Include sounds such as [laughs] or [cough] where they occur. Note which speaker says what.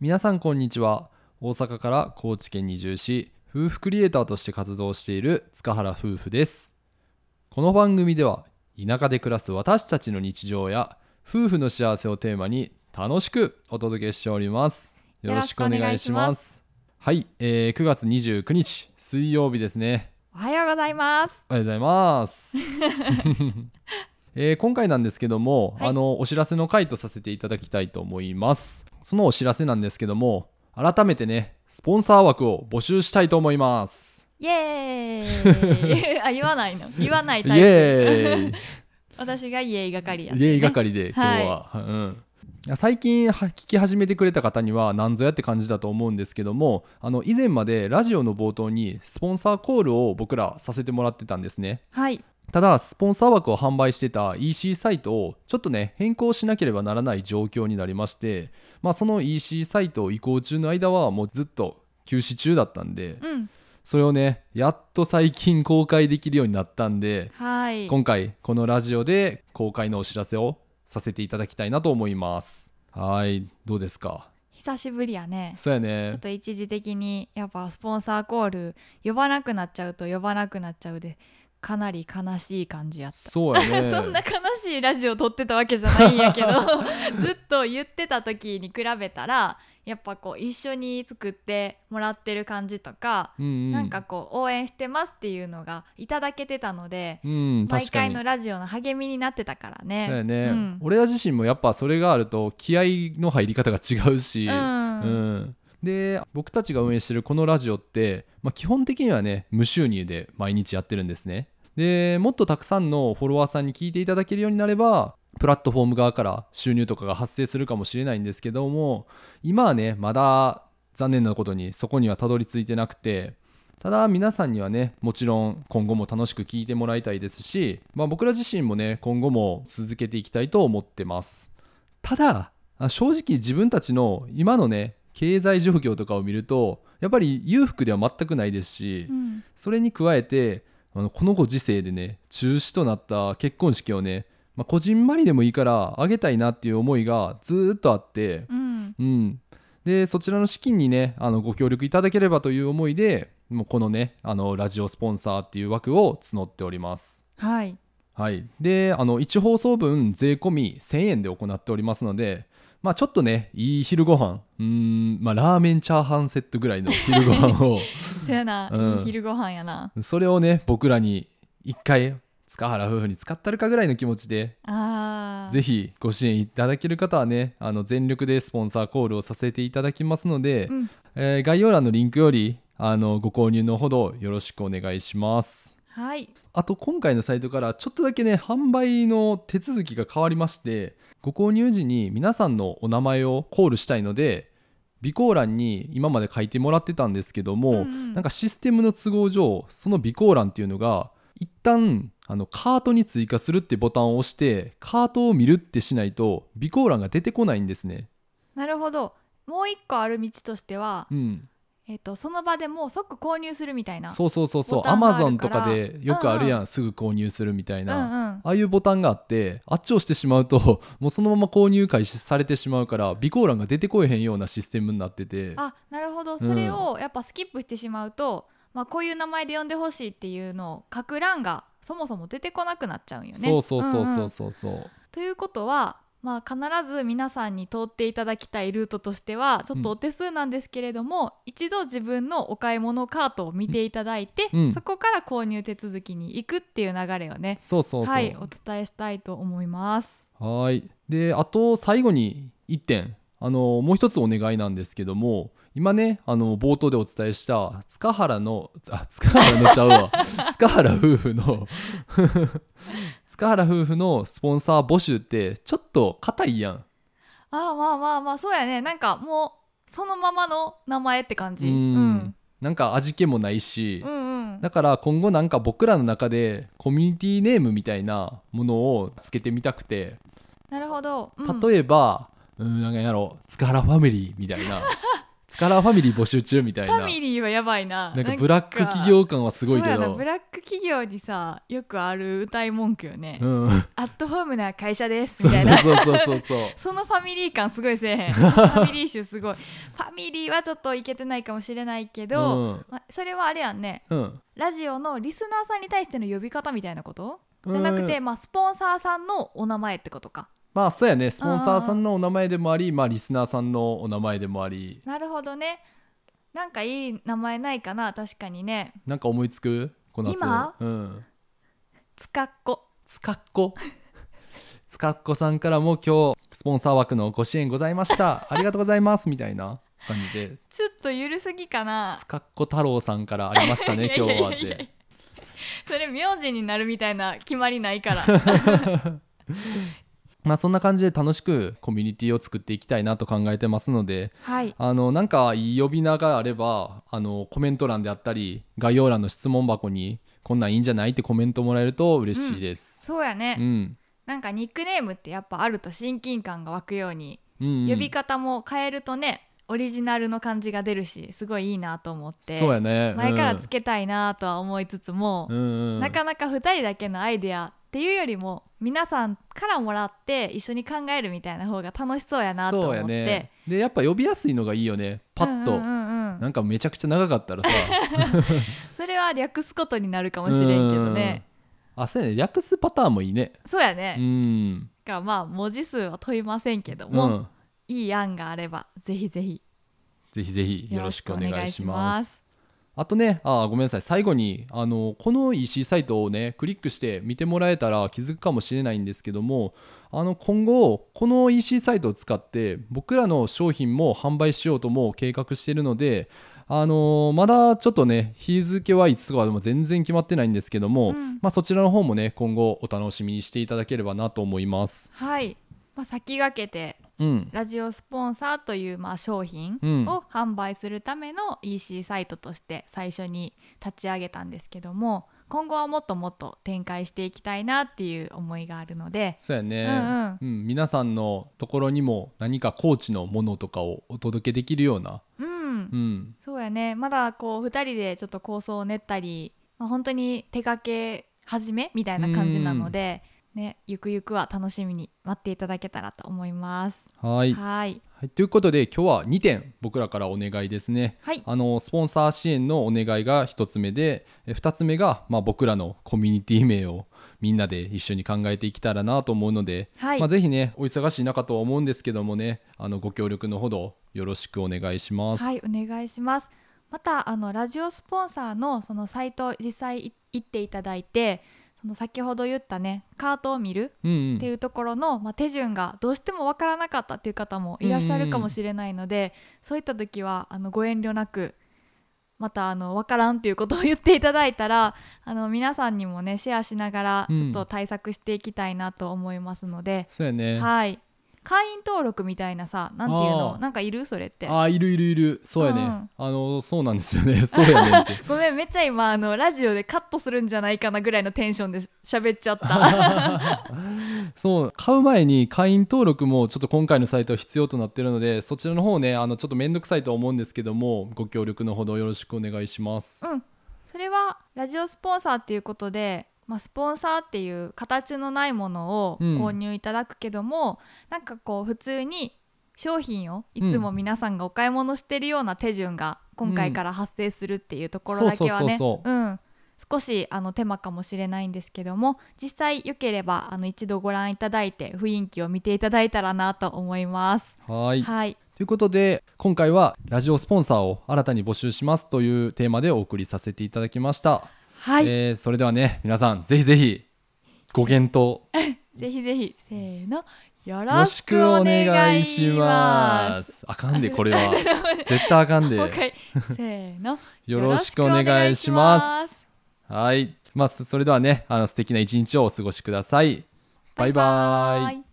Speaker 1: 皆さんこんにちは大阪から高知県に移住し夫婦クリエイターとして活動している塚原夫婦ですこの番組では田舎で暮らす私たちの日常や夫婦の幸せをテーマに楽しくお届けしておりますよろしくお願いし
Speaker 2: よろしくお願
Speaker 1: ま
Speaker 2: いします
Speaker 1: はい、えー、9月29日水曜日ですね
Speaker 2: おはようございます。
Speaker 1: おはようござい
Speaker 2: [laughs]
Speaker 1: ます。えー今回なんですけども、
Speaker 2: はい
Speaker 1: あのお知らせの回とさせていただきたいと思います。そのお知らせなんですけども、改めてね、スポンサー枠を募集したいと思います。
Speaker 2: イエー
Speaker 1: [laughs]
Speaker 2: イ。あ、言わないの。言わない
Speaker 1: イ
Speaker 2: タイプ。 [laughs]
Speaker 1: エーイ、
Speaker 2: 私がイエーイ係や、
Speaker 1: イエーイ係で今日は、うん。最近は聞き始めてくれた方には何ぞやって感じだと思うんですけどもあの以前までラジオの冒頭にスポンサーコールを僕らさせてもらってたんですね。
Speaker 2: はい。
Speaker 1: ただスポンサー枠を販売してた EC サイトをちょっとね変更しなければならない状況になりまして、まあ、その EC サイトを移行中の間はもうずっと休止中だったんで
Speaker 2: うん。
Speaker 1: それをねやっと最近公開できるようになったんで
Speaker 2: はい。
Speaker 1: 今回このラジオで公開のお知らせをさせていただきたいなと思いますはいどうですか
Speaker 2: 久しぶりやね。
Speaker 1: そうや
Speaker 2: ちょっ
Speaker 1: ね
Speaker 2: と一時的にやっぱスポンサーコール呼ばなくなっちゃうと呼ばなくなっちゃうでかなり悲しい感じやった。
Speaker 1: そうやね
Speaker 2: [laughs] そんな悲しいラジオ撮ってたわけじゃないんやけど
Speaker 1: [laughs]
Speaker 2: ずっと言ってた時に比べたらやっぱこう一緒に作ってもらってる感じとか、
Speaker 1: うんうん
Speaker 2: なんかこう応援してますっていうのがいただけてたので、
Speaker 1: うん
Speaker 2: 毎
Speaker 1: 確か
Speaker 2: 回
Speaker 1: に
Speaker 2: のラジオの励みになってたからね。
Speaker 1: だよね、
Speaker 2: うん
Speaker 1: 俺ら自身もやっぱそれがあると気合の入り方が違うし、
Speaker 2: うん
Speaker 1: うんで僕たちが運営してるこのラジオって、まあ、基本的にはね無収入で毎日やってるんですねでもっとたくさんのフォロワーさんに聞いていただけるようになればプラットフォーム側から収入とかが発生するかもしれないんですけども今はねまだ残念なことにそこにはたどり着いてなくてただ皆さんにはねもちろん今後も楽しく聞いてもらいたいですし、まあ、僕ら自身もね今後も続けていきたいと思ってますただあ正直自分たちの今のね経済状況とかを見るとやっぱり裕福では全くないですし、
Speaker 2: うん
Speaker 1: それに加えてあのこのご時世でね中止となった結婚式をね、まあ、こじんまりでもいいからあげたいなっていう思いがずーっとあって、
Speaker 2: うん
Speaker 1: うん、でそちらの資金にねあのご協力いただければという思いでもうこのねあのラジオスポンサーっていう枠を募っております。
Speaker 2: はい、
Speaker 1: はい、であの1放送分税込み1000円で行っておりますので、まあ、ちょっとねいい昼ご飯うーん、まあ、ラーメンチャーハンセットぐらいの昼ご飯を
Speaker 2: そやな、
Speaker 1: うん
Speaker 2: いい昼ご飯やな。
Speaker 1: それをね僕らに一回塚原夫婦に使ったるかぐらいの気持ちで
Speaker 2: あー
Speaker 1: ぜひご支援いただける方はねあの全力でスポンサーコールをさせていただきますので、
Speaker 2: うん
Speaker 1: えー概要欄のリンクよりあのご購入のほどよろしくお願いします
Speaker 2: はい、
Speaker 1: あと今回のサイトからちょっとだけね販売の手続きが変わりましてご購入時に皆さんのお名前をコールしたいので備考欄に今まで書いてもらってたんですけども、
Speaker 2: うんうん
Speaker 1: なんかシステムの都合上その備考欄っていうのが一旦あのカートに追加するってボタンを押してカートを見るってしないと備考欄が出てこないんですね。
Speaker 2: なるほどもう一個ある道としては、
Speaker 1: うん、
Speaker 2: えっとその場でもう即購入するみたいな。
Speaker 1: そうそうそうそう
Speaker 2: ボ
Speaker 1: ア
Speaker 2: タンが
Speaker 1: マゾ
Speaker 2: あ
Speaker 1: ン
Speaker 2: るか
Speaker 1: と
Speaker 2: ら
Speaker 1: かでよくあるやん、すぐ購入するみたいな、
Speaker 2: うんうん
Speaker 1: ああいうボタンがあってあっちを押してしまうと [laughs] もうそのまま購入開始されてしまうから備考欄が出てこえへんようなシステムになってて
Speaker 2: あなるほどそれをやっぱスキップしてしまうと、まあ、こういう名前で呼んでほしいっていうのを書く欄がそもそも出てこなくなっちゃうんよね。
Speaker 1: そうそうそうそ
Speaker 2: んん
Speaker 1: うそうそう、
Speaker 2: ということは、まあ、必ず皆さんに通っていただきたいルートとしてはちょっとお手数なんですけれども、一度自分のお買い物カートを見ていただいて、
Speaker 1: うん
Speaker 2: そこから購入手続きに行くっていう流れをね
Speaker 1: そうそうそう
Speaker 2: はい、お伝えしたいと思います。
Speaker 1: はーい。で、あと最後に1点。あのもう一つお願いなんですけども今ねあの冒頭でお伝えした塚原のあ塚原のちゃうわ塚原夫婦の [laughs] 塚原夫婦のスポンサー募集ってちょっと硬いやん
Speaker 2: あーまあまあまあそうやねなんかもうそのままの名前って感じ。
Speaker 1: うん
Speaker 2: うん
Speaker 1: なんか味気もないし、
Speaker 2: うんうん、
Speaker 1: だから今後なんか僕らの中でコミュニティネームみたいなものをつけてみたくて
Speaker 2: なるほど、うん [laughs]
Speaker 1: 例えば、うん、なんかやろう塚原ファミリーみたいな塚カラーファミリー募集中みたい
Speaker 2: フ
Speaker 1: な
Speaker 2: ァミリーはやばいな
Speaker 1: なんかブラック企業感はすごいけ
Speaker 2: そうやな
Speaker 1: ど
Speaker 2: ブラック企業にさよくある歌い文句よね、
Speaker 1: うん
Speaker 2: アットホームな会社です
Speaker 1: そ
Speaker 2: み
Speaker 1: う
Speaker 2: たいな
Speaker 1: そうそうそうそう
Speaker 2: そのファミリー感すごいせえ
Speaker 1: [laughs]
Speaker 2: へんそのファミリー集すごいファミリーはちょっといけてないかもしれないけど、
Speaker 1: うん
Speaker 2: まそれはあれやんね
Speaker 1: うん
Speaker 2: ラジオのリスナーさんに対しての呼び方みたいなことじゃなくて、
Speaker 1: うん
Speaker 2: まあ、スポンサーさんのお名前ってことか
Speaker 1: まあそうやねスポンサーさんのお名前でもありまあリスナーさんのお名前でもあり
Speaker 2: なるほどねなんかいい名前ないかな確かにね
Speaker 1: なんか思いつくこの夏
Speaker 2: 今
Speaker 1: うん
Speaker 2: つかっこ
Speaker 1: つかっこ [laughs] つかっこさんからも今日スポンサー枠のご支援ございましたありがとうございますみたいな感じで
Speaker 2: ちょっとゆるすぎかな
Speaker 1: つかっこ太郎さんからありましたね今日はっ
Speaker 2: [laughs] いやいやいやいや
Speaker 1: て
Speaker 2: それ名字になるみたいな決まりないから
Speaker 1: [laughs] まあそんな感じで楽しくコミュニティを作っていきたいなと考えてますので
Speaker 2: はい
Speaker 1: あのなんかいい呼び名があればあのコメント欄であったり概要欄の質問箱にこんなんいいんじゃないってコメントもらえると嬉しいです。
Speaker 2: そうやね、
Speaker 1: うん
Speaker 2: なんかニックネームってやっぱあると親近感が湧くように、
Speaker 1: うんうん
Speaker 2: 呼び方も変えるとねオリジナルの感じが出るしすごいいいなと思って
Speaker 1: そうやね
Speaker 2: 前からつ
Speaker 1: け、
Speaker 2: けたいなとは思いつつも、
Speaker 1: うんうんうん
Speaker 2: なかなか2人だけのアイデアっていうよりも皆さんからもらって一緒に考えるみたいな方が楽しそうやなと思って
Speaker 1: そうやねでやっぱ呼びやすいのがいいよねパッと、
Speaker 2: うんうんうんうん
Speaker 1: なんかめちゃくちゃ長かったらさ
Speaker 2: それは略すことになるかもしれんけどね、
Speaker 1: うんあそうやね略すパターンもいいね
Speaker 2: そうやね、
Speaker 1: うん
Speaker 2: だからまあ文字数は問いませんけど
Speaker 1: う
Speaker 2: も、
Speaker 1: ん
Speaker 2: いい案があればぜひぜひ
Speaker 1: ぜひぜひよ
Speaker 2: よ
Speaker 1: ろ
Speaker 2: ろ
Speaker 1: し
Speaker 2: し
Speaker 1: く
Speaker 2: く
Speaker 1: お
Speaker 2: お
Speaker 1: 願
Speaker 2: 願
Speaker 1: い
Speaker 2: い
Speaker 1: し
Speaker 2: し
Speaker 1: ま
Speaker 2: ますす。
Speaker 1: あとねあーごめんなさい最後にあのこの EC サイトをねクリックして見てもらえたら気づくかもしれないんですけどもあの今後この EC サイトを使って僕らの商品も販売しようとも計画しているのであのーまだちょっとね日付はいつとかでも全然決まってないんですけども、
Speaker 2: うん
Speaker 1: まあ、そちらの方もね今後お楽しみにしていただければなと思います。
Speaker 2: はい、まあ、先駆けて
Speaker 1: うん、
Speaker 2: ラジオスポンサーというまあ商品
Speaker 1: うん
Speaker 2: を販売するための EC サイトとして最初に立ち上げたんですけども今後はもっともっと展開していきたいなっていう思いがあるので
Speaker 1: そうやね、
Speaker 2: うんうん
Speaker 1: うん、皆さんのところにも何かコーチのものとかをお届けできるような、
Speaker 2: うん
Speaker 1: うん、
Speaker 2: そうやねまだこう2人でちょっと構想を練ったり、まあ、本当に手掛け始めみたいな感じなので、ね、ゆくゆくは楽しみに待っていただけたらと思います。
Speaker 1: はい
Speaker 2: はい
Speaker 1: はい、ということで今日は2点僕らからお願いですね。
Speaker 2: はい
Speaker 1: あのスポンサー支援のお願いが1つ目でえ2つ目が、まあ、僕らのコミュニティ名をみんなで一緒に考えていけたらなと思うので、
Speaker 2: はい
Speaker 1: まあ、ぜひねお忙しい中とは思うんですけどもねあのご協力のほどよろしくお願いします。
Speaker 2: はい、お願いします。またあのラジオスポンサーのそのサイト実際い行っていただいて、その先ほど言ったねカートを見る
Speaker 1: うんう
Speaker 2: って
Speaker 1: ん
Speaker 2: いうところの、まあ、手順がどうしてもわからなかったっていう方もいらっしゃるかもしれないので、そういった時はあのご遠慮なく。またあのわからんっていうことを言っていただいたらあの皆さんにもねシェアしながら
Speaker 1: うん
Speaker 2: ちょっと対策していきたいなと思いますので、
Speaker 1: そうやね、
Speaker 2: はい会員登録みたいなさなんていう
Speaker 1: あ
Speaker 2: の
Speaker 1: ー
Speaker 2: なんかいるそれって
Speaker 1: あーいるいるいるそうやね、
Speaker 2: うん
Speaker 1: あのそうなんですよね [laughs] そうやねって
Speaker 2: ごめんめっちゃ今あのラジオでカットするんじゃないかなぐらいのテンションで喋っちゃった
Speaker 1: そう買う前に会員登録もちょっと今回のサイトは必要となってるのでそちらの方ねあのちょっと面倒くさいとは思うんですけどもご協力のほどよろしくお願いします。
Speaker 2: うんそれはラジオスポンサーっていうことで、まあ、スポンサーっていう形のないものを
Speaker 1: うん
Speaker 2: 購入いただくけども、なんかこう普通に商品をいつも皆さんがお買い物してるような手順が今回から発生するっていうところだけは
Speaker 1: うん
Speaker 2: ね
Speaker 1: そうそうそう
Speaker 2: うん少しあの手間かもしれないんですけども実際よければあの一度ご覧いただいて雰囲気を見ていただいたらなと思います。
Speaker 1: はい
Speaker 2: はい
Speaker 1: ということで今回はラジオスポンサーを新たに募集しますというテーマでお送りさせていただきました、
Speaker 2: はい、
Speaker 1: えーそれではね皆さんぜひぜひご検討
Speaker 2: ぜひぜひせーのよ
Speaker 1: よろ
Speaker 2: ろ
Speaker 1: し
Speaker 2: し
Speaker 1: く
Speaker 2: く
Speaker 1: お
Speaker 2: お
Speaker 1: 願
Speaker 2: 願
Speaker 1: い
Speaker 2: い
Speaker 1: し
Speaker 2: し
Speaker 1: ま
Speaker 2: ますす。
Speaker 1: あかんでこれ [laughs] は絶対あかんで
Speaker 2: もう一回せーの
Speaker 1: よろしくお願いしま
Speaker 2: よろしくお願いしますす。
Speaker 1: はい、まあ、そそれではね、あの素敵な一日をお過ごしください。バイバイ。
Speaker 2: イ